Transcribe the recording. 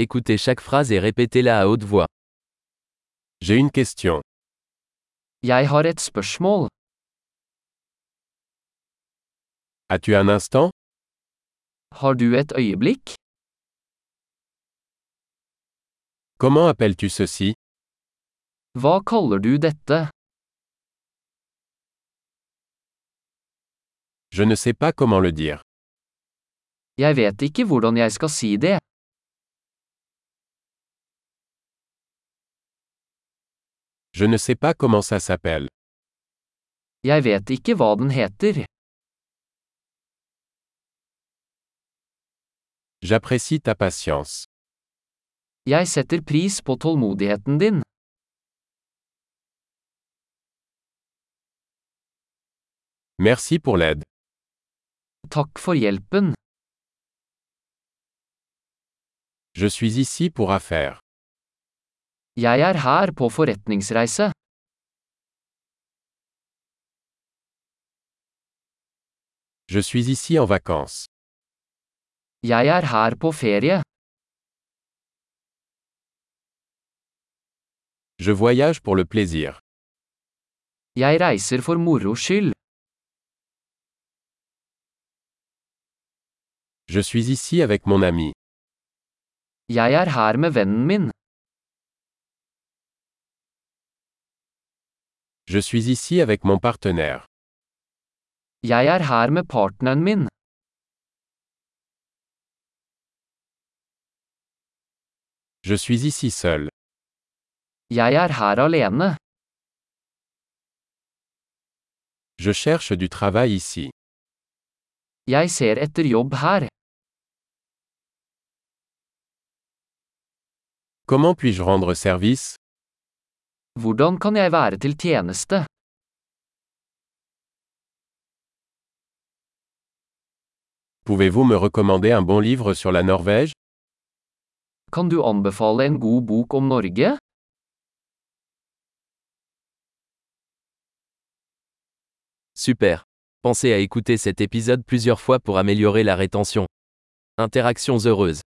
Écoutez chaque phrase et répétez-la à haute voix. J'ai une question. Jeg har et spørsmål. As-tu un instant Har du et øyeblikk? Comment appelles-tu ceci Hva kaller du dette? Je ne sais pas comment le dire. Jeg vet ikke hvordan jeg skal si det. Je ne sais pas comment ça s'appelle. Jeg vet ikke hva den heter. J'apprécie ta patience. Jeg setter pris på tålmodigheten din. Merci pour l'aide. Takk for hjelpen. Je suis ici pour affaires. Jeg er her på forretningsreise. Je suis ici en vacances. Jeg er her på ferie. Je voyage pour le plaisir. Jeg reiser for moro skyld. Je suis ici avec mon ami. Jeg er her med vennen min. Je suis ici avec mon partenaire. Jeg er her med partneren min. Je suis ici seul. Jeg er her alene. Je cherche du travail ici. Jeg ser etter jobb her. Comment puis-je rendre service Hvordan kan jeg være til tjeneste? Pouvez-vous me recommander un bon livre sur la Norvège Kan du anbefale en god bok om Norge? Super. Pensez à écouter cet épisode plusieurs fois pour améliorer la rétention. Interactions heureuses.